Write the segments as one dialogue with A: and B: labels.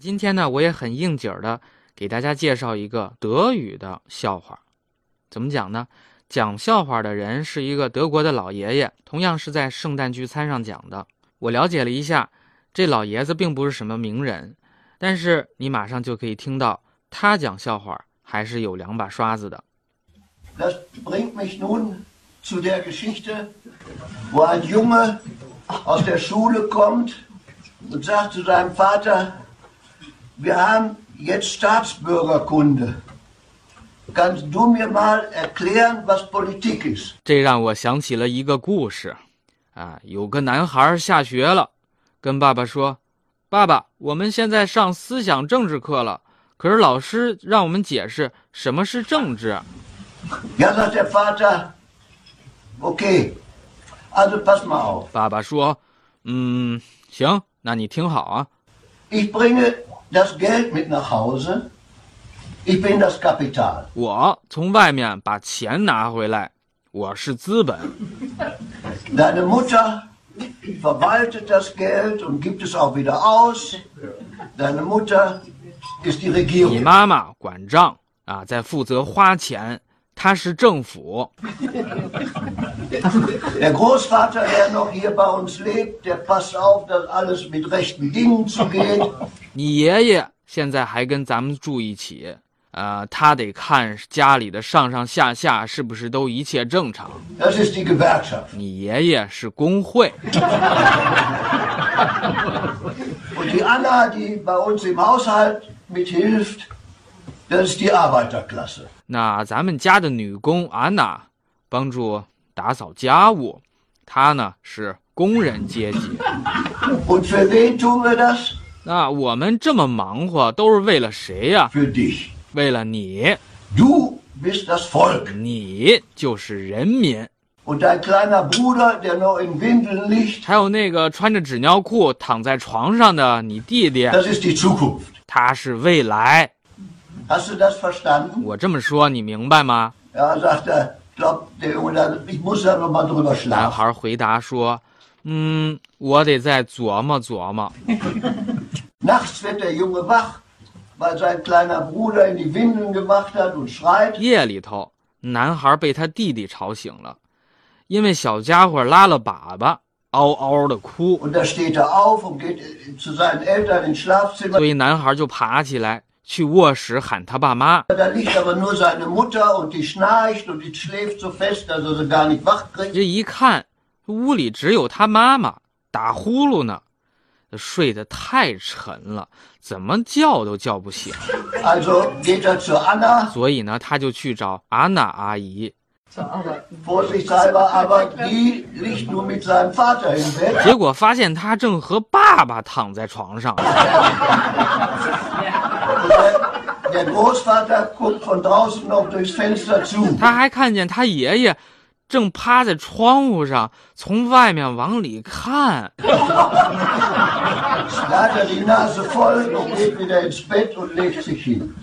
A: 今天呢，我也很应景儿的给大家介绍一个德语的笑话。怎么讲呢？讲笑话的人是一个德国的老爷爷，同样是在圣诞聚餐上讲的。我了解了一下，这老爷子并不是什么名人，但是你马上就可以听到他讲笑话还是有两把刷子的。
B: Das bringt mich nun zu der Geschichte, wo ein Junge aus der Schule kommt und sagt zu seinem Vater, wir haben jetzt Staatsbürgerkunde. Kannst du mir mal erklären, was Politik ist?
A: 这让我想起了一个故事，啊，有个男孩下学了，跟爸爸说：“爸爸，我们现在上思想政治课了，可是老师让我们解释什么是政治。
B: Ja, sagt der Vater, okay, also pass mal auf. ”
A: 爸爸说：“嗯，行，那你听好啊，
B: Ich bringe das Geld mit nach Hause. Ich bin das Kapital.
A: 我从外面把钱拿回来，我是资本；
B: Deine Mutter verwaltet das Geld und gibt es auch wieder aus. Deine Mutter ist die
A: 你
B: Regierung.
A: 妈妈管账啊，在负责花钱，她是政府。
B: Der Großvater, der noch hier bei uns lebt, der passt auf, dass alles mit rechten Dingen zugeht.
A: 你爷爷现在还跟咱们住一起，呃，他得看家里的上上下下是不是都一切正常。
B: Das ist die Gewerkschaft.
A: 你爷爷是工会，
B: Und die Anna, die bei uns im Haushalt mithilft, das ist die Arbeiterklasse.
A: 那咱们家的女工安娜帮助打扫家务，她呢是工人阶级。
B: Und für wen tun wir das?
A: 那我们这么忙活都是为了谁呀、
B: Für dich.
A: 为了你，
B: Du bist das Volk.
A: 你就是人民。
B: Und dein kleiner Bruder, der noch in Windeln liegt,
A: 还有那个穿着纸尿裤躺在床上的你弟弟，
B: das ist die Zukunft.
A: 他是未来。
B: Hast du das verstanden?
A: 我这么说你明白吗？
B: Ja, sagt er. Glaubt der Junge, dann, ich muss da nochmal drüber
A: 男
B: schlafen.
A: 孩回答说：“嗯，我得再琢磨琢磨。
B: Nachts wird der Junge wach, weil sein kleiner Bruder in die Windeln gemacht hat und ” schreit.
A: 夜里头，男孩被他弟弟吵醒了，因为小家伙拉了粑粑，嗷嗷的哭，
B: Und da steht er auf und geht äh, zu seinen Eltern ins Schlafzimmer.
A: 所以男孩就爬起来去卧室喊他爸妈。
B: Da liegt aber nur seine Mutter und die schnarcht und die schläft so fest, dass er sie gar nicht wach kriegt.
A: 这一看，屋里只有他妈妈打呼噜呢，睡得太沉了，怎么叫都叫不醒。
B: Also geht er zu Anna,
A: 所以呢，他就去找阿娜阿姨。
B: vorsichtshalber, aber die liegt nur mit seinem Vater im Bett.
A: 结果发现他正和爸爸躺在床上，
B: Und der- Der Großvater guckt von draußen noch durchs Fenster zu.
A: 他还看见他爷爷正趴在窗户上，从外面往里看。
B: Da hat er die Nase voll und geht wieder ins Bett und legt sich hin.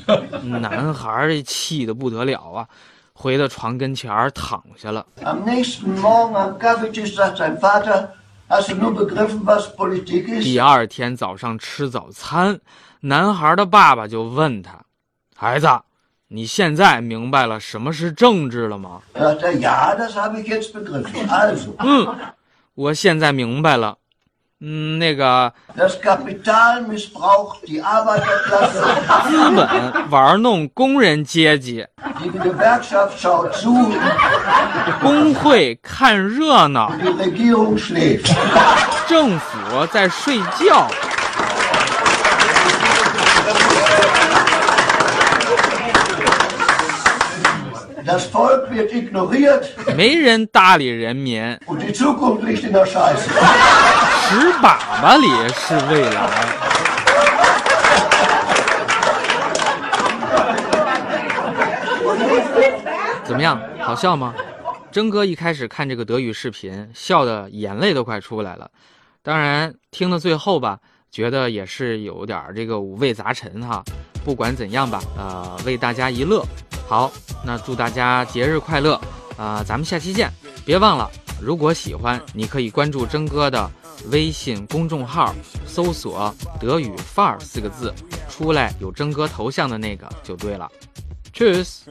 A: 男孩儿这气得不得了啊，回到床跟前儿躺下了。
B: Am nächsten Morgen am Kaffeetisch sagt sein Vater, hast du nur begriffen, was Politik
A: 第
B: ist?
A: 二天早上吃早餐，男孩的爸爸就问他：“孩子，你现在明白了什么是政治了吗
B: Da sagt er, ja, das habe ich jetzt begriffen. Also,？”
A: 我现在明白了。嗯，那个
B: das Kapital missbraucht die Arbeiterklasse,
A: 资本玩弄工人阶级，
B: die Gewerkschaft schaut zu und
A: 工会看热闹，
B: die Regierung schläft.
A: 政府在睡觉。
B: Das Volk wird ignoriert
A: 没人搭理人民，
B: und die Zukunft liegt in der Scheiße.
A: 屎粑粑里是未来。怎么样，好笑吗？真哥一开始看这个德语视频，笑的眼泪都快出来了。当然，听到最后吧，觉得也是有点儿这个五味杂陈哈。不管怎样吧，呃，为大家一乐。好，那祝大家节日快呃乐啊、咱们下期见！别忘了，如果喜欢，你可以关注真哥的微信公众号搜索“德语范儿”四个字，出来有征哥头像的那个就对了。Tschüss。